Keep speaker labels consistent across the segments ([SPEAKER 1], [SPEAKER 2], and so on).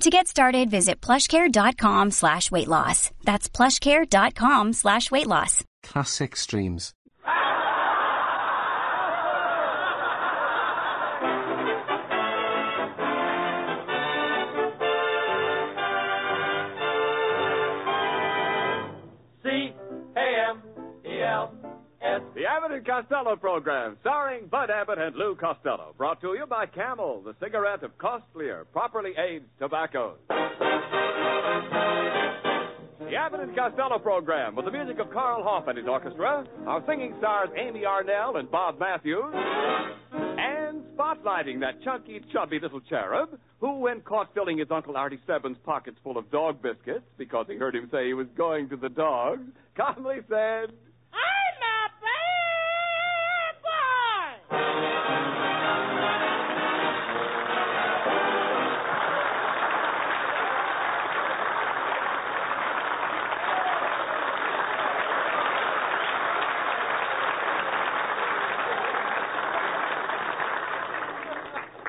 [SPEAKER 1] To get started, visit plushcare.com slash weight loss. That's plushcare.com slash weight loss.
[SPEAKER 2] Class extremes.
[SPEAKER 3] C A M E L S. The Abbott and Costello program, starring Bud Abbott and Lou Costello, brought to you by Camel, the cigarette of costlier, properly aged tobaccos. The Abbott and Costello program, with the music of Carl Hoff and his orchestra, our singing stars Amy Arnell and Bob Matthews, and spotlighting that chunky, chubby little cherub who, when caught filling his Uncle Artie Stebbins' pockets full of dog biscuits because he heard him say he was going to the dogs, calmly said,
[SPEAKER 4] I'm a bad boy.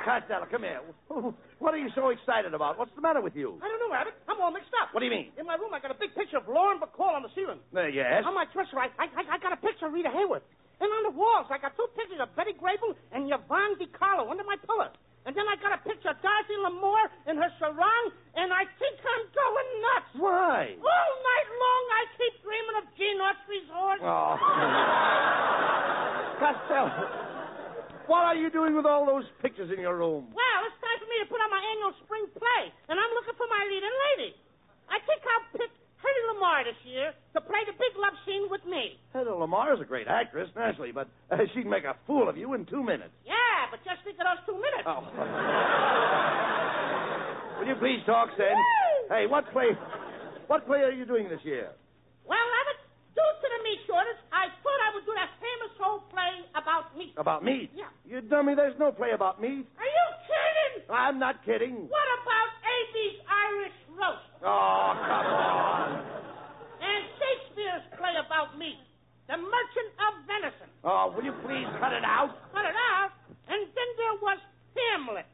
[SPEAKER 5] Costello, come here. What are you so excited about? What's the matter with you?
[SPEAKER 4] I don't know, Abbott. I'm all mixed up.
[SPEAKER 5] What do you mean?
[SPEAKER 4] In my room, I got a big picture of Lauren Bacall on the ceiling.
[SPEAKER 5] Uh, yes.
[SPEAKER 4] On my dresser, I, I, I got a picture of Rita Hayworth. And on the walls, I got two pictures of Betty Grable and Yvonne DiCarlo under my pillow. And then I got a picture of Darcy Lamore in her sarong, and I think I'm going nuts.
[SPEAKER 5] Why?
[SPEAKER 4] All night long, I keep dreaming of Gene Autry's horse.
[SPEAKER 5] Oh. Costello, what are you doing with all those pictures in your room?
[SPEAKER 4] Well, it's time for me to put on my annual spring play, and I'm looking for my leading lady. I think I'll pick Hedy Lamar this year to play the big love scene with me.
[SPEAKER 5] Heather Lamar's a great actress, naturally, but uh, she'd make a fool of you in two minutes.
[SPEAKER 4] Yeah, but just think of those two minutes.
[SPEAKER 5] Oh. Will you please talk, then? Hey, what play? What play are you doing this year?
[SPEAKER 4] Well, Abbott, due to the meat shortage, I thought I would do that famous old play about meat.
[SPEAKER 5] About meat?
[SPEAKER 4] Yeah.
[SPEAKER 5] You dummy, there's no play about meat.
[SPEAKER 4] Are you kidding?
[SPEAKER 5] I'm not kidding.
[SPEAKER 4] What about A.B.'s Irish roast
[SPEAKER 5] Oh, come on.
[SPEAKER 4] and Shakespeare's play about meat, The Merchant of Venison?
[SPEAKER 5] Oh, will you please cut it out?
[SPEAKER 4] Cut it out, and then there was Hamlet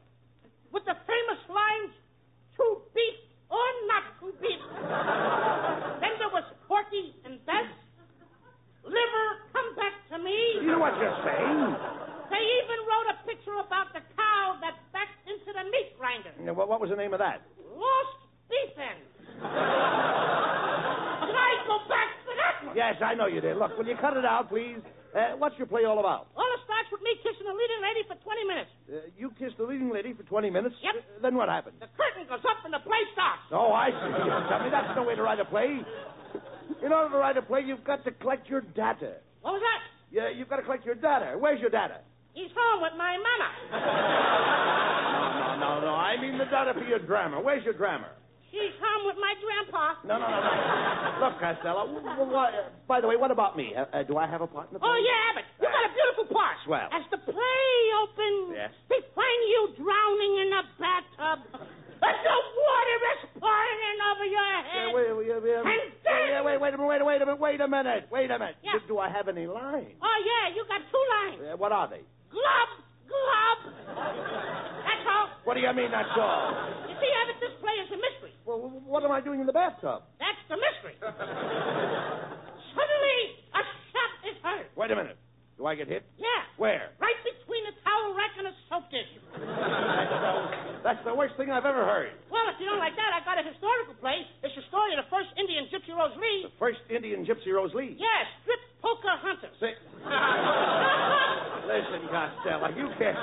[SPEAKER 4] with the famous lines, "To beef or not to beef." then there was Porky and Bess. Liver, come back to me.
[SPEAKER 5] You know what you're saying?
[SPEAKER 4] They even wrote a picture about the cow that backed into the meat grinder.
[SPEAKER 5] You know, What, what was the name of that?
[SPEAKER 4] Lost beef end. Can I go back to that one?
[SPEAKER 5] Yes, I know you did. Look, will you cut it out, please? Uh, what's your play all about?
[SPEAKER 4] All it starts with me kissing the leading lady for 20 minutes.
[SPEAKER 5] Uh, you kissed the leading lady for 20 minutes.
[SPEAKER 4] Yep.
[SPEAKER 5] Uh, then what happened?
[SPEAKER 4] The curtain goes up and the play starts.
[SPEAKER 5] Oh, I see. You dummy. That's no way to write a play. In order to write a play, you've got to collect your data.
[SPEAKER 4] What was that?
[SPEAKER 5] Yeah, you've got to collect your data. Where's your data?
[SPEAKER 4] He's home with my mama.
[SPEAKER 5] No, no, no. I mean the data for your drama. Where's your drama?
[SPEAKER 4] She's home with my grandpa.
[SPEAKER 5] No, no, no, no. Look, Costello. w- w- why- uh, by the way, what about me? Uh, uh, do I have a part in the play?
[SPEAKER 4] Oh, yeah, Abbott. You got a beautiful part.
[SPEAKER 5] Swell.
[SPEAKER 4] As the play opens,
[SPEAKER 5] Yes.
[SPEAKER 4] they find you drowning in a bathtub. And the water is pouring over your head.
[SPEAKER 5] Yeah, wait, wait, wait, wait,
[SPEAKER 4] And
[SPEAKER 5] Yeah,
[SPEAKER 4] then-
[SPEAKER 5] yeah, wait, wait a minute, wait a minute, wait a minute, wait a minute, wait a minute.
[SPEAKER 4] Yeah.
[SPEAKER 5] Do, do I have any lines?
[SPEAKER 4] Oh, yeah, you got two lines.
[SPEAKER 5] Uh, what are they?
[SPEAKER 4] Glub, glub. That's all.
[SPEAKER 5] What do you mean that's all?
[SPEAKER 4] You see, Abbott, this play is a mystery.
[SPEAKER 5] Well, w- what am I doing in the bathtub?
[SPEAKER 4] That's the mystery. Suddenly, a shot is heard.
[SPEAKER 5] Wait a minute. Do I get hit?
[SPEAKER 4] Yeah.
[SPEAKER 5] Where?
[SPEAKER 4] Right between the towel rack and the soap dish.
[SPEAKER 5] That's the worst thing I've ever heard.
[SPEAKER 4] Well, if you don't like that, I got a historical play. It's the story of the first Indian Gypsy Rose Lee.
[SPEAKER 5] First Indian Gypsy Rose Lee.
[SPEAKER 4] Yeah, strip poker hunter.
[SPEAKER 5] Say, listen, Costello, you can't.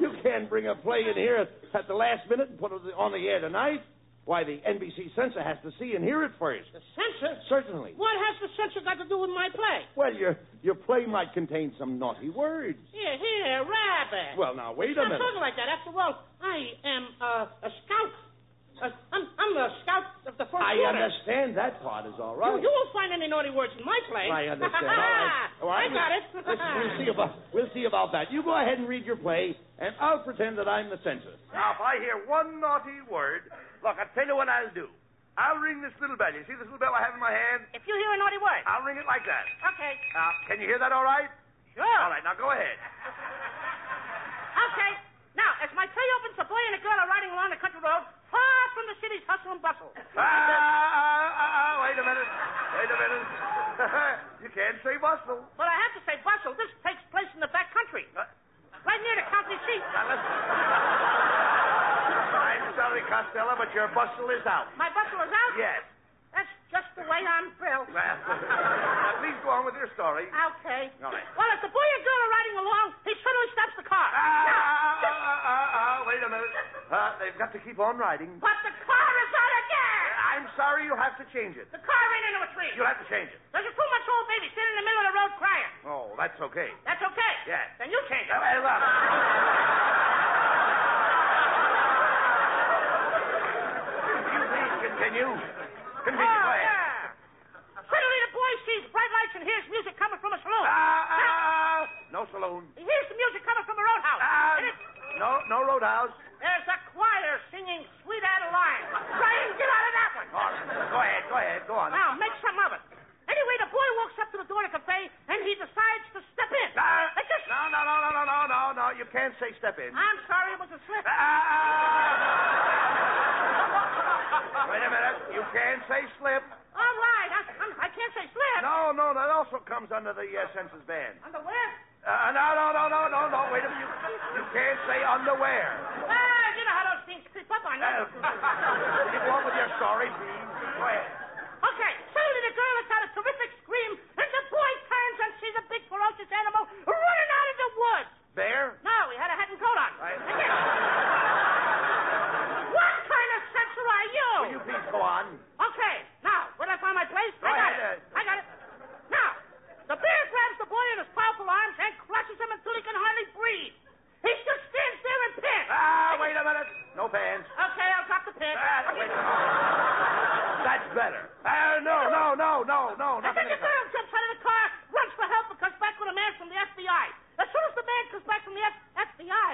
[SPEAKER 5] You can't bring a play in here at the last minute and put it on the air tonight. Why, the NBC censor has to see and hear it first.
[SPEAKER 4] The censor?
[SPEAKER 5] Certainly.
[SPEAKER 4] What has the censor got to do with my play?
[SPEAKER 5] Well, your your play might contain some naughty words.
[SPEAKER 4] Here, here, rabbit.
[SPEAKER 5] Well, now wait a
[SPEAKER 4] Stop
[SPEAKER 5] minute.
[SPEAKER 4] talking like that. After all, I am uh, a scout. Uh, I'm, I'm a scout of the fourth
[SPEAKER 5] I
[SPEAKER 4] quarter.
[SPEAKER 5] understand that part is all
[SPEAKER 4] You,
[SPEAKER 5] right.
[SPEAKER 4] you won't find any naughty words in my play.
[SPEAKER 5] I understand. All right. All
[SPEAKER 4] I
[SPEAKER 5] right.
[SPEAKER 4] got it.
[SPEAKER 5] Listen, we'll see about we'll see about that. You go ahead and read your play, and I'll pretend that I'm the censor.
[SPEAKER 2] Now, if I hear one naughty word, look, I'll tell you what I'll do. I'll ring this little bell. You see this little bell I have in my hand?
[SPEAKER 4] If you hear a naughty word.
[SPEAKER 2] I'll ring it like that.
[SPEAKER 4] Okay.
[SPEAKER 2] Now, can you hear that all right?
[SPEAKER 4] Sure.
[SPEAKER 2] All right, now go ahead.
[SPEAKER 4] Okay. Now, as my play opens, a boy and a girl are riding along the country road, far from the city's hustle and bustle.
[SPEAKER 2] Ah, ah, ah, ah, wait a minute. Wait a minute. you can't say bustle.
[SPEAKER 4] But I have to say, bustle, this takes place in the back country,
[SPEAKER 2] Uh,
[SPEAKER 4] right near the county seat.
[SPEAKER 2] now, listen. I'm sorry, Costello, but your bustle is out.
[SPEAKER 4] My bustle is out?
[SPEAKER 2] Yes.
[SPEAKER 4] That's just the way I'm built.
[SPEAKER 2] Well, now, please go on with your story.
[SPEAKER 4] Okay.
[SPEAKER 2] All right.
[SPEAKER 4] Well, as the boy and girl are riding along, he suddenly stops the car.
[SPEAKER 2] Ah,
[SPEAKER 4] Now,
[SPEAKER 2] ah,
[SPEAKER 4] just-
[SPEAKER 2] ah, ah, ah, wait a minute. Uh, they've got to keep on riding.
[SPEAKER 4] But the car is out of gas!
[SPEAKER 2] I'm sorry you have to change it.
[SPEAKER 4] The car ran into a tree.
[SPEAKER 2] You'll have to change it.
[SPEAKER 4] There's a two month old baby sitting in the middle of the road crying.
[SPEAKER 2] Oh, that's okay.
[SPEAKER 4] That's okay.
[SPEAKER 2] Yes.
[SPEAKER 4] Then you change it.
[SPEAKER 2] Now, well, uh, you please continue.
[SPEAKER 4] Oh,
[SPEAKER 2] Continue, go ahead.
[SPEAKER 4] yeah. Suddenly the boy sees bright lights and hears music coming from a saloon.
[SPEAKER 2] Ah, ah, ah, no saloon.
[SPEAKER 4] He hears the music coming from a roadhouse.
[SPEAKER 2] Ah,
[SPEAKER 4] and it,
[SPEAKER 2] no, no roadhouse.
[SPEAKER 4] there's a choir singing Sweet Adeline. Try and get out of that one.
[SPEAKER 2] All right. Go ahead, go ahead, go on.
[SPEAKER 4] Now, make some of it. Anyway, the boy walks up to the door of the cafe and he decides to step in.
[SPEAKER 2] Ah,
[SPEAKER 4] It's just-
[SPEAKER 2] no, no, no, no, no, no, no, no. You can't say step in.
[SPEAKER 4] I'm sorry, it was a slip.
[SPEAKER 2] Ah! Wait a minute. You can't say slip.
[SPEAKER 4] All right, I, I'm, I can't say slip.
[SPEAKER 2] No, no, that also comes under the uh, census ban.
[SPEAKER 4] Underwear?
[SPEAKER 2] Uh, no, no, no, no, no, no. Wait a minute. You, you can't say underwear.
[SPEAKER 4] Ah, you know how those things creep up on you.
[SPEAKER 2] Uh, will you go on with your story, please? Go ahead.
[SPEAKER 4] Okay, suddenly the girl lets out a terrific scream, and the boy turns and sees a big ferocious animal running out of the woods.
[SPEAKER 2] Bear?
[SPEAKER 4] No, he had a hat and coat on.
[SPEAKER 2] I-
[SPEAKER 4] And yes- what kind of censor are you?
[SPEAKER 2] Will you please go on?
[SPEAKER 4] Okay, now, when I find my place,
[SPEAKER 2] Go
[SPEAKER 4] I got
[SPEAKER 2] ahead,
[SPEAKER 4] it.
[SPEAKER 2] uh,
[SPEAKER 4] I got it. Now, the bear grabs the boy in his powerful arms and crushes him until he can hardly breathe. He just stands there in pants.
[SPEAKER 2] Ah, wait a minute. No pants.
[SPEAKER 4] Okay, I'll drop the pants.
[SPEAKER 2] Ah, wait. That's better. Ah, no, no, no, no, no.
[SPEAKER 4] And
[SPEAKER 2] Nothing
[SPEAKER 4] then
[SPEAKER 2] to
[SPEAKER 4] the
[SPEAKER 2] come.
[SPEAKER 4] girl jumps out of the car, runs for help, and comes back with a man from the FBI. As soon as the man comes back from the F- FBI,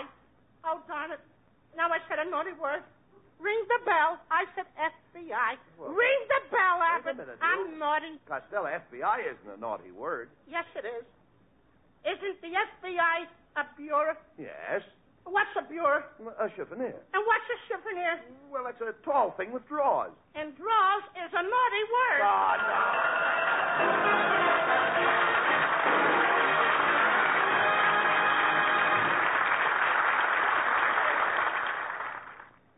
[SPEAKER 4] oh darn it! Now I said a naughty word. Ring the bell. I said FBI. Ring the bell,
[SPEAKER 2] wait a
[SPEAKER 4] Alvin.
[SPEAKER 2] minute,
[SPEAKER 4] I'm
[SPEAKER 2] you-
[SPEAKER 4] naughty.
[SPEAKER 2] Costello, FBI isn't a naughty word.
[SPEAKER 4] Yes, it is. Isn't the FBI a bureau?
[SPEAKER 2] Yes.
[SPEAKER 4] What's a bureau?
[SPEAKER 2] A chiffonier.
[SPEAKER 4] And what's a chiffonier?
[SPEAKER 2] Well, it's a tall thing with drawers.
[SPEAKER 4] And draws is a naughty word.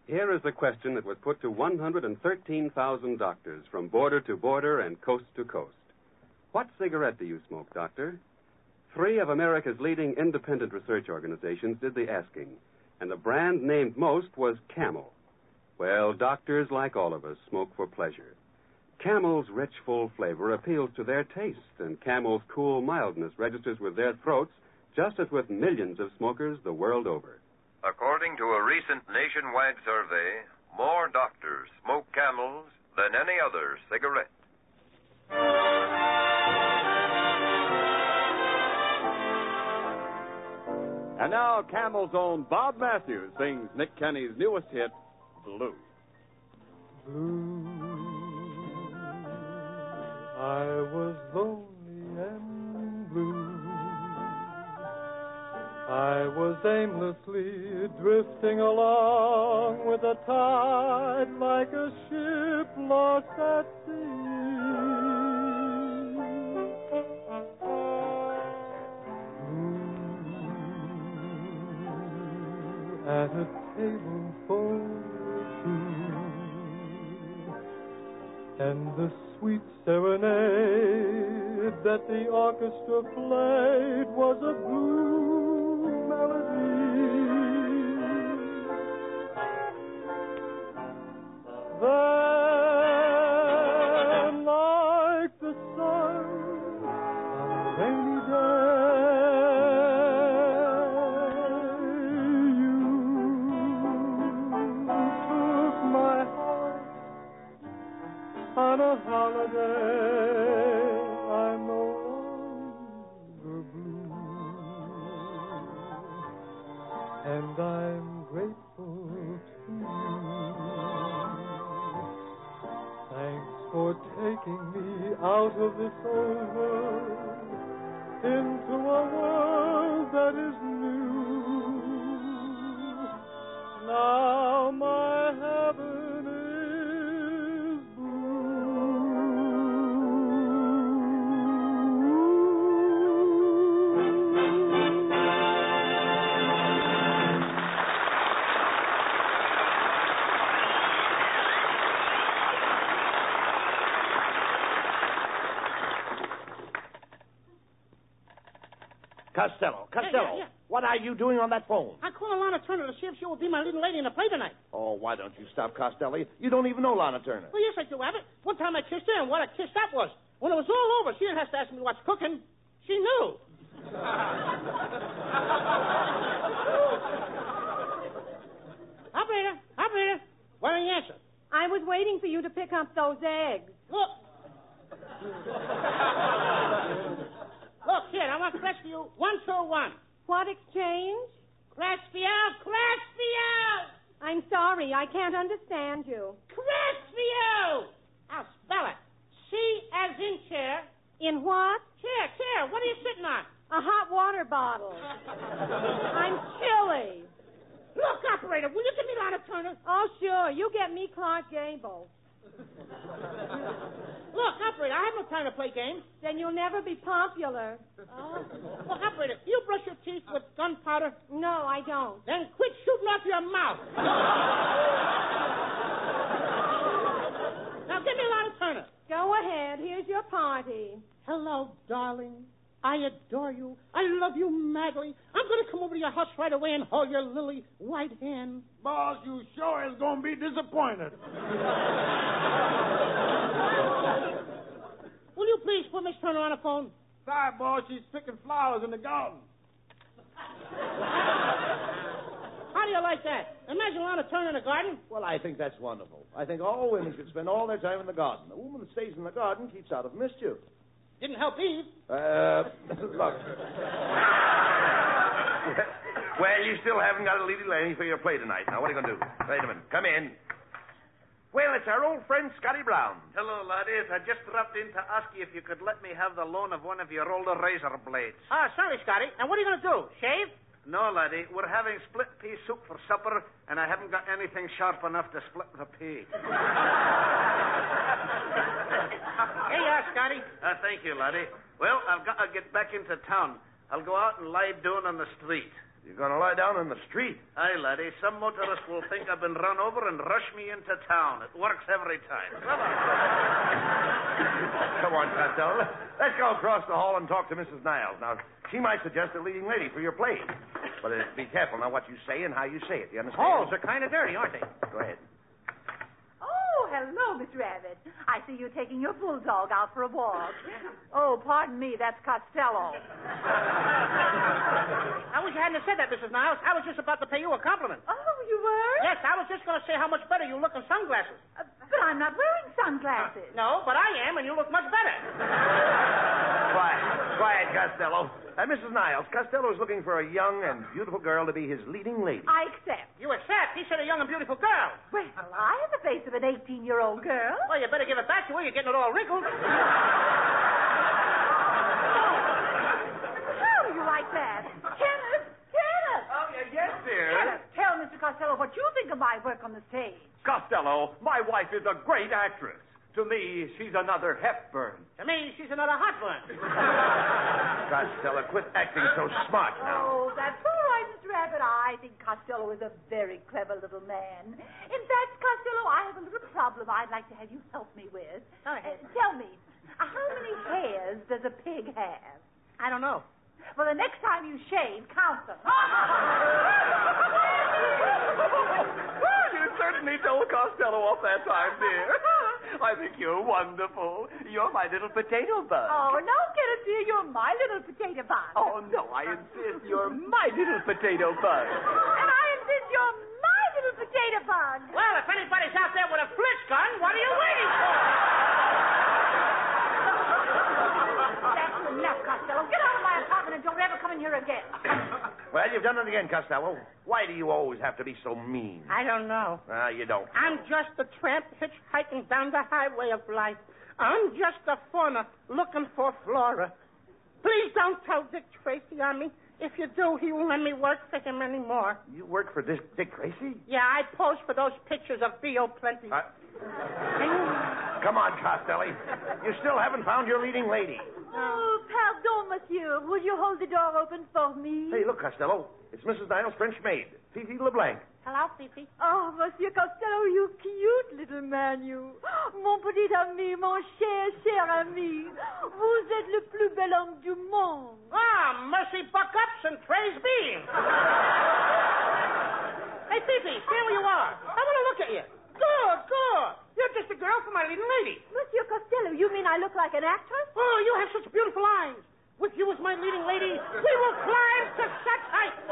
[SPEAKER 6] Here is the question that was put to 113,000 doctors from border to border and coast to coast. What cigarette do you smoke, doctor? Three of America's leading independent research organizations did the asking, and the brand named most was Camel. Well, doctors, like all of us, smoke for pleasure. Camel's rich, full flavor appeals to their taste, and Camel's cool mildness registers with their throats just as with millions of smokers the world over.
[SPEAKER 7] According to a recent nationwide survey, more doctors smoke camels than any other cigarette.
[SPEAKER 3] And now, Camel's own Bob Matthews sings Nick Kenny's newest hit, Blue.
[SPEAKER 8] blue. I was lonely and blue. I was aimlessly drifting along with the tide like a ship lost at sea. Blue, At a table for two and the sweet serenade that the orchestra played was a blue melody. Then, like the sun on a rainy day, you took my heart out of this old world into a world that is new. Now my heaven is blue.
[SPEAKER 5] Costello, Costello,
[SPEAKER 4] yeah.
[SPEAKER 5] what are you doing on that phone?
[SPEAKER 4] I call Lana Turner to see if she will be my leading lady in the play tonight.
[SPEAKER 5] Oh, why don't you stop, Costello? You don't even know Lana Turner.
[SPEAKER 4] Well, yes, I do, Abbott. One time I kissed her, and what a kiss that was. When it was all over, she didn't have to ask me what's cooking. She knew. operator, operator, why don't you answer?
[SPEAKER 9] I was waiting for you to pick up those eggs.
[SPEAKER 4] Look. Look, kid, I want to class for you one for one.
[SPEAKER 9] What exchange?
[SPEAKER 4] Class for you, class for you,
[SPEAKER 9] I'm sorry, I can't understand you.
[SPEAKER 4] class for you. I'll spell it. C as in chair.
[SPEAKER 9] In what?
[SPEAKER 4] Chair, chair, what are you sitting on?
[SPEAKER 9] A hot water bottle. I'm chilly.
[SPEAKER 4] Look, operator, will you give me Lana Turner?
[SPEAKER 9] Oh, sure, you get me Clark Gable.
[SPEAKER 4] Look, operator, I have no time to play games. Oh.
[SPEAKER 9] Then you'll never be popular.
[SPEAKER 4] Look, operator, you brush your teeth with gunpowder,
[SPEAKER 9] No, I don't.
[SPEAKER 4] then quit shooting off your mouth. now give me Lana Turner.
[SPEAKER 9] Go ahead, here's your party.
[SPEAKER 4] Hello, darling. I adore you. I love you madly. I'm going to come over to your house right away and hold your lily white hand.
[SPEAKER 5] Boss, you sure is going to be disappointed.
[SPEAKER 4] Will you please put Miss Turner on the phone?
[SPEAKER 5] Sorry, boss, she's picking flowers in the garden.
[SPEAKER 4] How do you like that? Imagine Lana Turner in the garden.
[SPEAKER 5] Well, I think that's wonderful. I think all women should spend all their time in the garden. A woman that stays in the garden keeps out of mischief.
[SPEAKER 4] Didn't help Eve.
[SPEAKER 5] Uh, look.
[SPEAKER 2] Well, you still haven't got a leading lady for your play tonight. Now, what are you going to do? Wait a minute. Come in. Well, it's our old friend Scotty Brown.
[SPEAKER 10] Hello, laddies. I just dropped in to ask you if you could let me have the loan of one of your older razor blades.
[SPEAKER 4] Ah, sorry, Scotty. Now, what are you going to do? Shave?
[SPEAKER 10] No, laddie. We're having split pea soup for supper, and I haven't got anything sharp enough to split the pea.
[SPEAKER 4] Here you are, Scotty.
[SPEAKER 10] Uh, thank you, laddie. Well, I've got to get back into town. I'll go out and lie down on the street.
[SPEAKER 2] You're going to lie down in the street.
[SPEAKER 10] Aye, laddie. Some motorist will think I've been run over and rush me into town. It works every time. Come on.
[SPEAKER 2] Come on, Costello. Let's go across the hall and talk to Mrs. Niles. Now, she might suggest a leading lady for your play. But uh, be careful now what you say and how you say it. You understand?
[SPEAKER 4] Halls are Oh, kind of dirty, aren't they?
[SPEAKER 2] Go ahead.
[SPEAKER 11] Oh, hello, Miss Rabbit. I see you taking your bulldog out for a walk. Oh, pardon me, that's Costello.
[SPEAKER 4] I wish you hadn't have said that, Mrs. Niles. I was just about to pay you a compliment.
[SPEAKER 11] Oh, you were?
[SPEAKER 4] Yes, I was just going to say how much better you look in sunglasses.
[SPEAKER 11] Uh, but I'm not wearing sunglasses.
[SPEAKER 4] No, but I am, and you look much better.
[SPEAKER 2] Quiet. Quiet, Costello. Uh, Mrs. Niles, Costello is looking for a young and beautiful girl to be his leading lady.
[SPEAKER 11] I accept.
[SPEAKER 4] You accept. He said a young and beautiful girl.
[SPEAKER 11] Well, I have the face of an 18 year old girl.
[SPEAKER 4] Well, you better give it back to her. You're getting it all wrinkled.
[SPEAKER 11] How do Oh, you like that? Kenneth! Kenneth!
[SPEAKER 6] Oh, yes,
[SPEAKER 11] Kenneth, tell Mr. Costello what you think of my work on the stage.
[SPEAKER 6] Costello, my wife is a great actress. To me, she's another Hepburn.
[SPEAKER 4] to me, she's another hot one.
[SPEAKER 2] Costello, quit acting so smart
[SPEAKER 11] Oh,
[SPEAKER 2] now.
[SPEAKER 11] that's all right, Mr. Rabbit. I think Costello is a very clever little man. In fact, Costello, I have a little problem I'd like to have you help me with.
[SPEAKER 4] Go ahead.
[SPEAKER 11] Uh, tell me, uh, how many hairs does a pig have?
[SPEAKER 4] I don't know.
[SPEAKER 11] Well, the next time you shave, count them.
[SPEAKER 6] You certainly told Costello off that time, dear. I think you're wonderful. You're my little potato bug.
[SPEAKER 11] oh, no, Kenneth, dear, you're my little potato bun.
[SPEAKER 6] Oh, no, I insist. You're my little potato bug.
[SPEAKER 11] And I insist you're my little potato bun.
[SPEAKER 4] Well, if anybody's out there with a flitch gun, what are you waiting for?
[SPEAKER 11] That's enough, Costello. Get out of my apartment and don't ever come in here again.
[SPEAKER 2] Well, you've done it again, Costello. Why do you always have to be so mean?
[SPEAKER 4] I don't know.
[SPEAKER 2] Ah, you don't.
[SPEAKER 4] I'm just a tramp hitchhiking down the highway of life. I'm just a fawner looking for Flora. Please don't tell Dick Tracy on me. If you do, he won't let me work for him anymore.
[SPEAKER 2] You work for Dick, Dick Tracy?
[SPEAKER 4] Yeah, I pose for those pictures of B.O. Plenty.
[SPEAKER 2] Come on, Costelli. You still haven't found your leading lady.
[SPEAKER 11] Oh, pardon, monsieur. Would you hold the door open for me?
[SPEAKER 2] Hey, look, Costello. It's Mrs. Niles' French maid, Fifi LeBlanc.
[SPEAKER 4] Hello, Fifi.
[SPEAKER 11] Oh, Monsieur Costello, you cute little man, you. Mon petit ami, mon cher, cher ami. Vous êtes le plus bel homme du monde.
[SPEAKER 4] Ah, mercy buck-ups and praise beans. hey, Fifi, here you are. I want to look at you. Good, good. You're just a girl for my leading lady.
[SPEAKER 11] Monsieur Costello, you mean I look like an actress?
[SPEAKER 4] Oh, you have such beautiful eyes. With you as my leading lady, we will climb to such heights.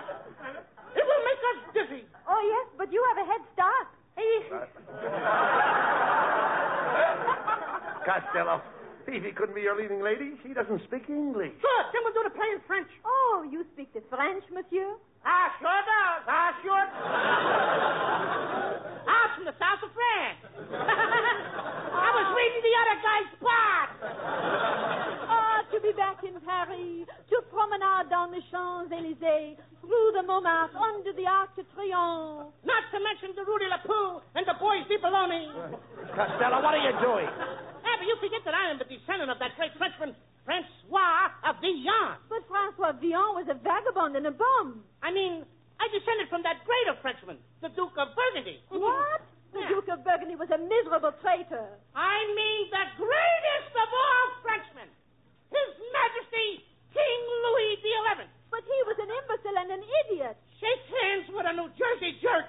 [SPEAKER 4] It will make us dizzy.
[SPEAKER 11] Oh, yes, but you have a head start.
[SPEAKER 2] Costello, Fifi couldn't be your leading lady. She doesn't speak English.
[SPEAKER 4] Good, then we'll do the play in French.
[SPEAKER 11] Oh, you speak the French, monsieur?
[SPEAKER 4] Ah, sure does. Ah, sure. I'm from the south of France. I was reading the other guy's part.
[SPEAKER 11] Ah, to be back in Paris, to promenade down the Champs-Élysées, through the Montmartre, under the Arc de Triomphe.
[SPEAKER 4] Not to mention the Rudy Lapou and the Boys de Bologna.
[SPEAKER 2] Costello, what are you doing?
[SPEAKER 4] Abby, you forget that I am the descendant of that great Frenchman, Francois of Villon.
[SPEAKER 11] But Francois Villon was a vagabond and a bum.
[SPEAKER 4] I mean, I descended from that greater Frenchman, the Duke of Burgundy.
[SPEAKER 11] What? The
[SPEAKER 4] Yeah.
[SPEAKER 11] Duke of Burgundy was a miserable traitor.
[SPEAKER 4] I mean the greatest of all Frenchmen, His Majesty King Louis the Eleventh.
[SPEAKER 11] But he was an imbecile and an idiot.
[SPEAKER 4] Shake hands with a New Jersey jerk.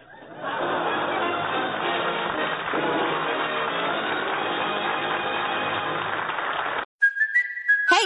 [SPEAKER 12] Hey,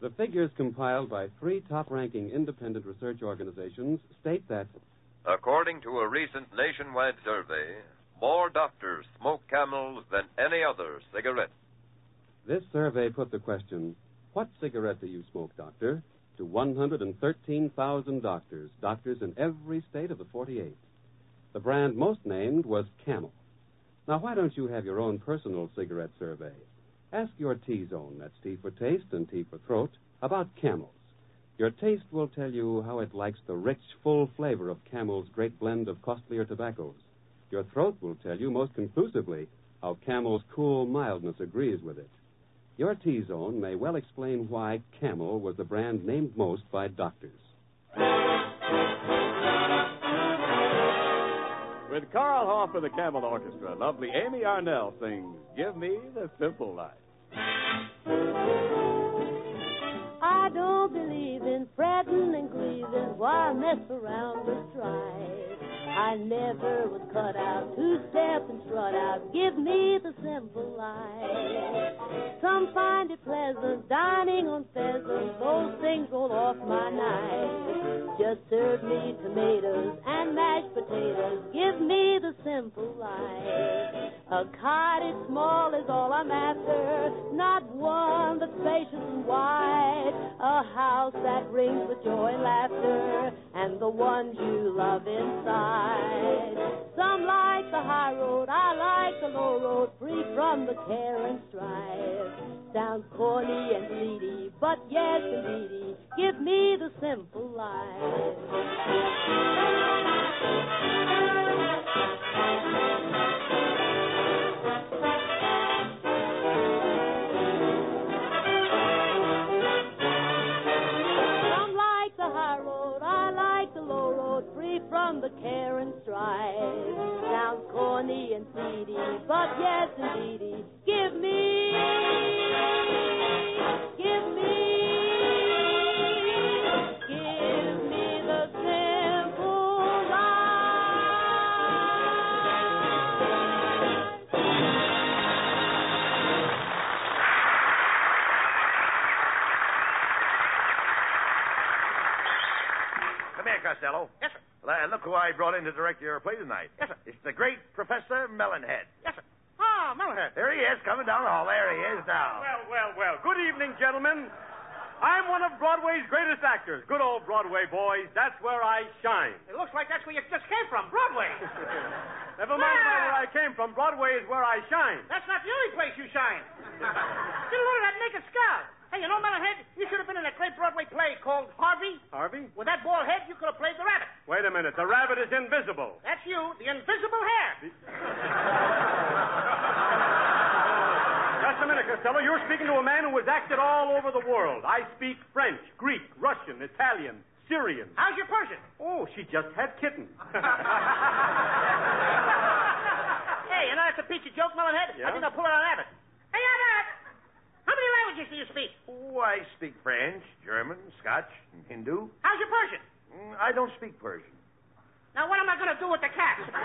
[SPEAKER 6] The figures compiled by three top ranking independent research organizations state that
[SPEAKER 7] According to a recent nationwide survey, more doctors smoke camels than any other cigarette.
[SPEAKER 6] this survey put the question, What cigarette do you smoke, doctor? to 113,000 doctors, doctors in every state of the 48. The brand most named was Camel. Now, why don't you have your own personal cigarette survey? Ask your T zone, that's T for taste and T for throat, about Camels. Your taste will tell you how it likes the rich, full flavor of Camel's great blend of costlier tobaccos. Your throat will tell you most conclusively how Camel's cool mildness agrees with it. Your T zone may well explain why Camel was the brand named most by doctors.
[SPEAKER 3] With Carl Hoff and the Camel Orchestra, lovely Amy Arnell sings Give Me the Simple Life.
[SPEAKER 13] I don't believe in fretting and grieving. Why mess around with strife? I never was cut out to step and strut out. Give me the simple life. Some find it pleasant dining on pheasant. Those things roll off my knife. Just serve me tomatoes and mashed potatoes. Give me the simple life. A cottage small is all I'm after, not one that's spacious and wide. A house that rings with joy and laughter, and the ones you love inside. Some like the high road, I like the low road, free from the care and strife. Sounds corny and greedy, but yes, indeedy, give me the simple life. Some like the high road, I like the low road, free from the care and strife. Sounds corny and seedy, but yes, indeedy, give me. give me, give me the simple life.
[SPEAKER 5] Costello. Yes, sir. look who I brought in to direct your play tonight. Yes, sir. It's the great Professor Melonhead. Yes, sir.
[SPEAKER 14] Ah, Melonhead.
[SPEAKER 5] There he is, coming down the hall. There he is now.
[SPEAKER 14] Well, well, well. Good evening, gentlemen. I'm one of Broadway's greatest actors. Good old Broadway boys. That's where I shine.
[SPEAKER 4] It looks like that's where you just came from, Broadway.
[SPEAKER 14] Never mind
[SPEAKER 4] Ah!
[SPEAKER 5] Ah!
[SPEAKER 14] about where I came from. Broadway is where I shine.
[SPEAKER 4] That's not the only place you shine. Get a load of that naked scalp. Hey, you know, Melonhead, you should have been in a great Broadway play called Harvey.
[SPEAKER 14] Harvey?
[SPEAKER 4] With that bald head, you could have played the rabbit.
[SPEAKER 14] Wait a minute. The rabbit is invisible.
[SPEAKER 4] That's you, the invisible hair.
[SPEAKER 14] Just a minute, Costello. You're speaking to a man who has acted all over the world. I speak French, Greek, Russian, Italian, Syrian.
[SPEAKER 4] How's your Persian?
[SPEAKER 14] Oh, she just had kittens. Uh,
[SPEAKER 4] hey, you know that's a piece of joke, Melonhead?
[SPEAKER 14] Yeah?
[SPEAKER 4] I think I'll pull it on Abbott. Hey, Abbott! How many languages do you speak?
[SPEAKER 5] Oh, I speak French, German, Scotch, and Hindu.
[SPEAKER 4] How's your Persian?
[SPEAKER 5] Mm, I don't speak Persian.
[SPEAKER 4] Now, what am I going to do with the cat?
[SPEAKER 5] Uh,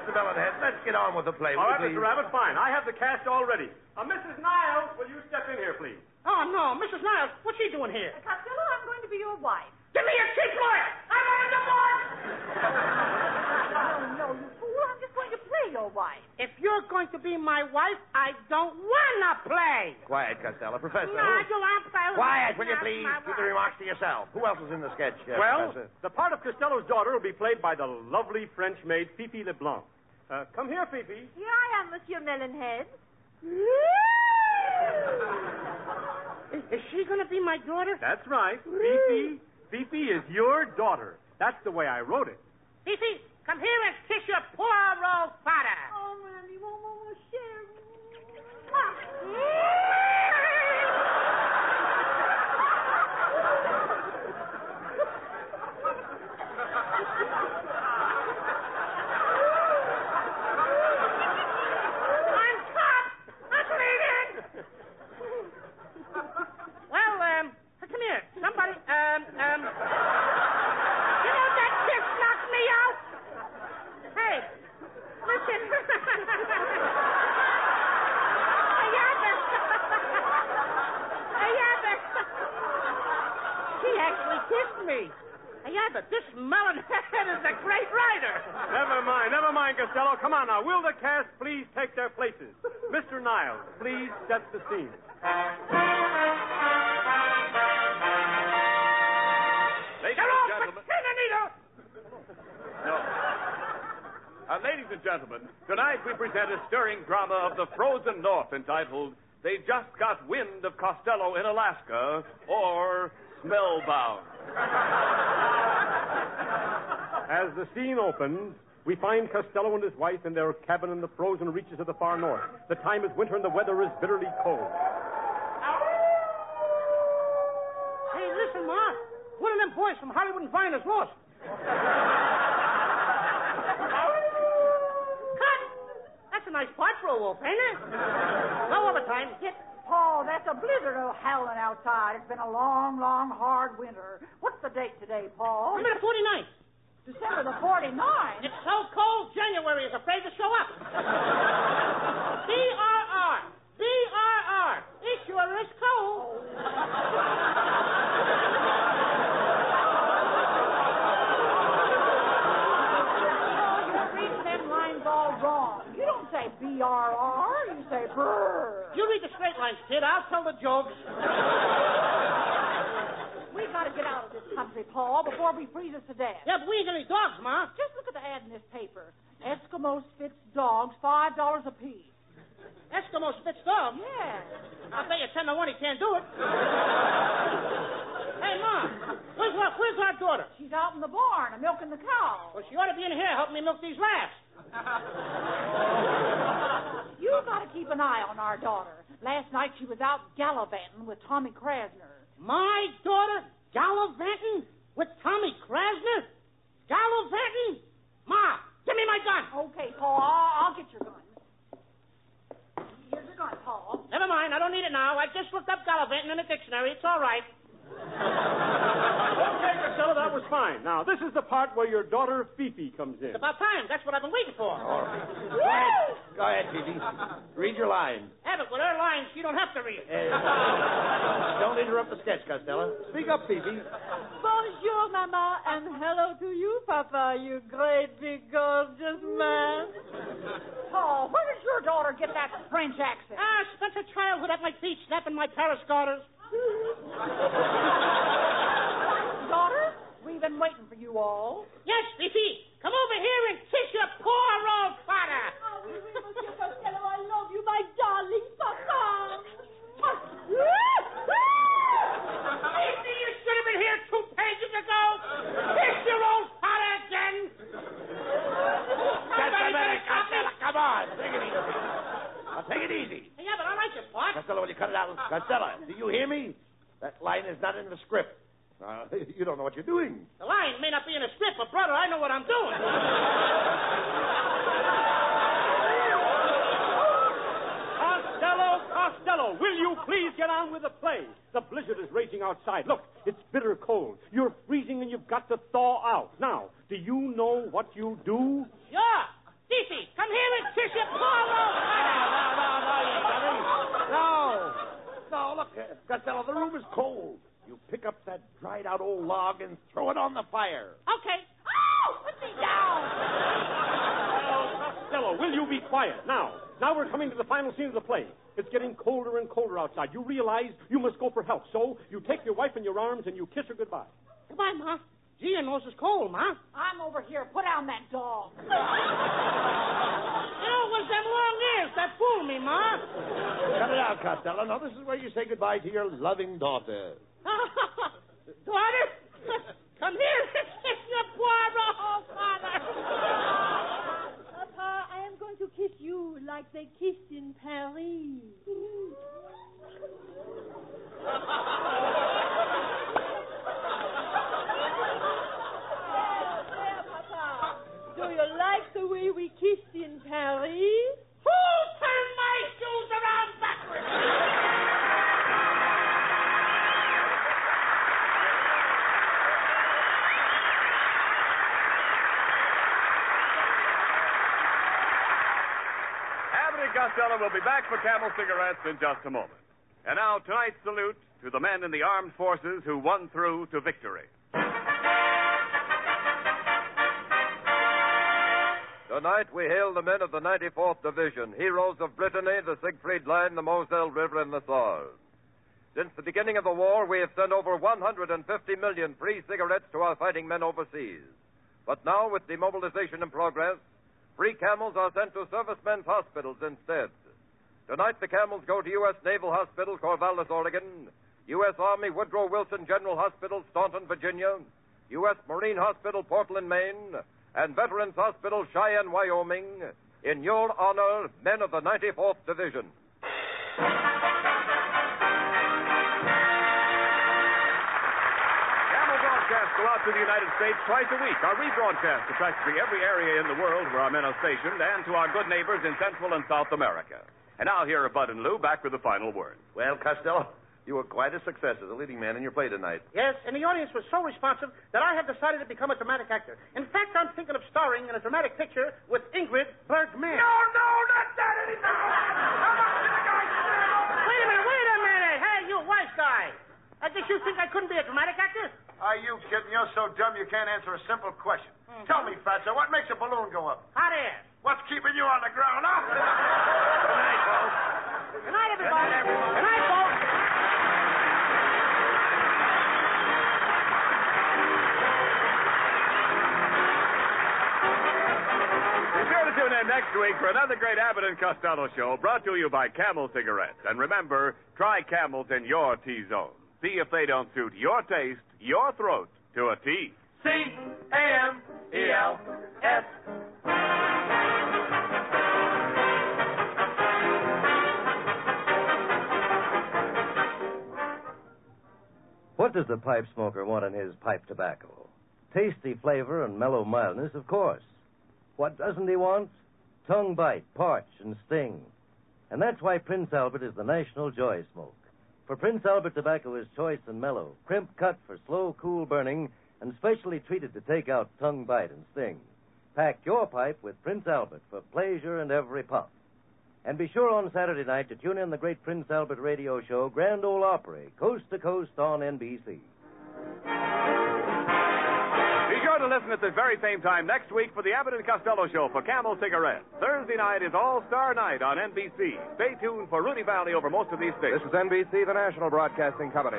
[SPEAKER 5] Mr. Melonhead, let's get on with the play.
[SPEAKER 14] all
[SPEAKER 5] will
[SPEAKER 14] right,
[SPEAKER 5] you
[SPEAKER 14] Mr.
[SPEAKER 5] please?
[SPEAKER 14] Rabbit, fine. I have the cast already. Uh, Mrs. Niles, will you step in here, please?
[SPEAKER 4] oh, no. Mrs. Niles, what's she doing here?
[SPEAKER 2] Costello, I'm going to be your wife.
[SPEAKER 4] Give me a cheap lawyer! I want a divorce!
[SPEAKER 2] Oh, no, you fool. I'm just going to play your wife.
[SPEAKER 4] If you're going to be my wife, I don't want to play.
[SPEAKER 5] Quiet, Costello. Professor.
[SPEAKER 4] No, I don't want to play.
[SPEAKER 5] Quiet, will
[SPEAKER 4] Not
[SPEAKER 5] you please?
[SPEAKER 4] my
[SPEAKER 5] Keep the
[SPEAKER 4] wife.
[SPEAKER 5] remarks to yourself. Who else is in the sketch, uh,
[SPEAKER 14] well,
[SPEAKER 5] Professor?
[SPEAKER 14] the part of Costello's daughter will be played by the lovely French maid Fifi LeBlanc. Uh, come here, Fifi.
[SPEAKER 2] Here I am, Monsieur Melonhead.
[SPEAKER 4] Is, is she going to be my daughter?
[SPEAKER 14] That's right. Fifi. Fifi is your daughter. That's the way I wrote it.
[SPEAKER 4] Fifi, come here and kiss your poor old father.
[SPEAKER 2] Oh, mon ami, mon, mon, mon cher.
[SPEAKER 4] I'm top. I'm bleeding. well, um, come here. Somebody, um, um. You know that kiss knocked me out. Hey, listen. Hey, Abbott. Hey, Abbott. She actually kissed me. Hey, Abbott, this melon head is a great writer.
[SPEAKER 14] Never mind, never mind, Costello. Come on now. Will the cast please take their places? Mr. Niles, please set the scene.
[SPEAKER 3] Ladies
[SPEAKER 4] They're all
[SPEAKER 3] and gentlemen.
[SPEAKER 4] pretend, Anita.
[SPEAKER 3] No. Uh, ladies and gentlemen, tonight we present a stirring drama of the frozen north entitled They Just Got Wind of Costello in Alaska or Smellbound.
[SPEAKER 14] As the scene opens, we find Costello and his wife in their cabin in the frozen reaches of the far north. The time is winter and the weather is bitterly cold.
[SPEAKER 4] Hey, listen, Ma. One of them boys from Hollywood and Vine is lost. Cut! That's a nice part for a wolf, ain't it? No overtime. Get.
[SPEAKER 11] Oh, that's a blizzard of howling outside. It's been a long, long, hard winter. What's the date today, Paul?
[SPEAKER 4] I'm in the 49th.
[SPEAKER 11] December the 49th.
[SPEAKER 4] It's so cold, January is afraid to show up. BRR. BRR. It sure is cold.
[SPEAKER 11] You read them lines all wrong. You don't say BRR, you say brr.
[SPEAKER 4] You read the straight lines, kid. I'll tell the jokes.
[SPEAKER 11] We gotta get out of this country, Paul, before we freeze us to death.
[SPEAKER 4] Yeah, but we ain't got any dogs, Ma.
[SPEAKER 11] Just look at the ad in this paper. Eskimos fits dogs five dollars apiece.
[SPEAKER 4] Eskimo spits dogs.
[SPEAKER 11] Yeah.
[SPEAKER 4] I'll bet you ten to one he can't do it. hey, Mom, where's our, where's our daughter?
[SPEAKER 11] She's out in the barn, a milking the cow.
[SPEAKER 4] Well, she ought to be in here helping me milk these lambs.
[SPEAKER 11] You gotta keep an eye on our daughter. Last night she was out gallivanting with Tommy Krasner.
[SPEAKER 4] My daughter gallivanting with Tommy Krasner? Gallivanting? Ma, give me my gun.
[SPEAKER 11] Okay, Paul, I'll, I'll get your gun. Here's your gun, Paul.
[SPEAKER 4] Never mind, I don't need it now. I just looked up gallivanting in the dictionary. It's all right.
[SPEAKER 14] Okay, Costello, that was fine. Now, this is the part where your daughter Fifi comes in.
[SPEAKER 4] It's about time. That's what I've been waiting for.
[SPEAKER 5] All right. Quiet. Go All right, Gigi. Read your line.
[SPEAKER 4] Have it with her lines. You don't have to read.
[SPEAKER 5] Uh, don't interrupt the sketch, Costello. Speak up, Phoebe.
[SPEAKER 11] Bonjour, Mama, and hello to you, Papa, you great big gorgeous man.
[SPEAKER 15] Oh, where does your daughter get that French accent?
[SPEAKER 4] Ah, she spent her childhood at my feet snapping my Paris garters.
[SPEAKER 15] daughter, we've been waiting for you all.
[SPEAKER 4] Yes, Fifi. Come over here and kiss your poor old father.
[SPEAKER 11] Oh, oui, oui, Monsieur Costello, I love you, my darling Papa.
[SPEAKER 4] Fifi, you should have been here two pages ago. Kiss your old father again.
[SPEAKER 5] Just a
[SPEAKER 4] Somebody better
[SPEAKER 5] minute,
[SPEAKER 4] stop me.
[SPEAKER 5] Costello. Come on. Take it easy. Now, take it easy.
[SPEAKER 4] Yeah, but I like your part.
[SPEAKER 5] Costello, will you cut it out? Costello, do you hear me? That line is not in the script. Uh, you don't know what you're doing.
[SPEAKER 4] The line may not be in a script, but brother, I know what I'm doing.
[SPEAKER 14] Costello, Costello, will you please get on with the play? The blizzard is raging outside. Look, it's bitter cold. You're freezing and you've got to thaw out. Now, do you know what you do?
[SPEAKER 4] Sure. Fifi, come here and kiss your poor old father.
[SPEAKER 5] No. No, look, uh, Costello, the room is cold. You pick up that dried out old log and throw it on the fire.
[SPEAKER 4] Okay.
[SPEAKER 15] Oh, put me down.
[SPEAKER 14] Costello, will you be quiet? Now, now we're coming to the final scene of the play. It's getting colder and colder outside. You realize you must go for help. So you take your wife in your arms and you kiss her goodbye.
[SPEAKER 4] Goodbye, Ma. Gee, your nose is cold, Ma.
[SPEAKER 15] I'm over here. Put down that dog.
[SPEAKER 4] You know, it was them long ears that fooled me, Ma.
[SPEAKER 5] Cut it out, Costello. Now, this is where you say goodbye to your loving daughter.
[SPEAKER 4] Daughter, come here and kiss your poor
[SPEAKER 15] Oh,
[SPEAKER 4] old father.
[SPEAKER 9] Papa, I am going to kiss you like they kissed in Paris.
[SPEAKER 11] There, Papa. Do you like the way we kissed in Paris?
[SPEAKER 4] Who turned my shoes around backwards?
[SPEAKER 3] Abbott and Costello will be back for Camel cigarettes in just a moment. And now tonight's salute to the men in the armed forces who won through to victory.
[SPEAKER 7] Tonight we hail the men of the 94th Division, heroes of Brittany, the Siegfried Line, the Moselle River, and the Somme. Since the beginning of the war, we have sent over 150 million free cigarettes to our fighting men overseas. But now, with demobilization in progress, free camels are sent to servicemen's hospitals instead. Tonight, the camels go to U.S. Naval Hospital, Corvallis, Oregon, U.S. Army Woodrow Wilson General Hospital, Staunton, Virginia, U.S. Marine Hospital, Portland, Maine, and Veterans Hospital, Cheyenne, Wyoming, in your honor, men of the 94th Division.
[SPEAKER 3] Camel broadcasts go out to the United States twice a week, are rebroadcast to practically every area in the world where our men are stationed and to our good neighbors in Central and South America. And now here are Bud and Lou back with the final word.
[SPEAKER 2] Well, Costello, you were quite a success as a leading man in your play tonight.
[SPEAKER 16] Yes, and the audience was so responsive that I have decided to become a dramatic actor. In fact, I'm thinking of starring in a dramatic picture with Ingrid Bergman.
[SPEAKER 4] No, no, not that anymore. Wait a minute, wait a minute. Hey, you white guy. I guess you think I couldn't be a dramatic actor?
[SPEAKER 10] Are you kidding? You're so dumb you can't answer a simple question. Tell me, Fatso, what makes a balloon go up?
[SPEAKER 4] Hot air.
[SPEAKER 10] What's keeping you on the ground, huh? Good night, folks.
[SPEAKER 4] Good night, everybody. Good night, folks.
[SPEAKER 3] Be sure to tune in next week for another great Abbott and Costello show brought to you by Camel Cigarettes. And remember, try Camels in your T-zone. See if they don't suit your taste, your throat, to a T.
[SPEAKER 10] C A M E L S.
[SPEAKER 17] What does the pipe smoker want in his pipe tobacco? Tasty flavor and mellow mildness, of course. What doesn't he want? Tongue bite, parch, and sting. And that's why Prince Albert is the national joy smoke. For Prince Albert tobacco is choice and mellow, crimp cut for slow, cool burning, and specially treated to take out tongue bite and sting. Pack your pipe with Prince Albert for pleasure and every puff. And be sure on Saturday night to tune in the great Prince Albert radio show, Grand Ole Opry, coast to coast on NBC.
[SPEAKER 3] Be sure to listen at the very same time next week for the Abbott and Costello Show for Camel Cigarettes. Thursday night is All Star Night on NBC. Stay tuned for Rudy Valley over most of these stations.
[SPEAKER 18] This is NBC, the national broadcasting company.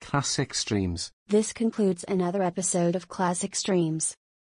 [SPEAKER 19] Classic Streams.
[SPEAKER 20] This concludes another episode of Classic Streams.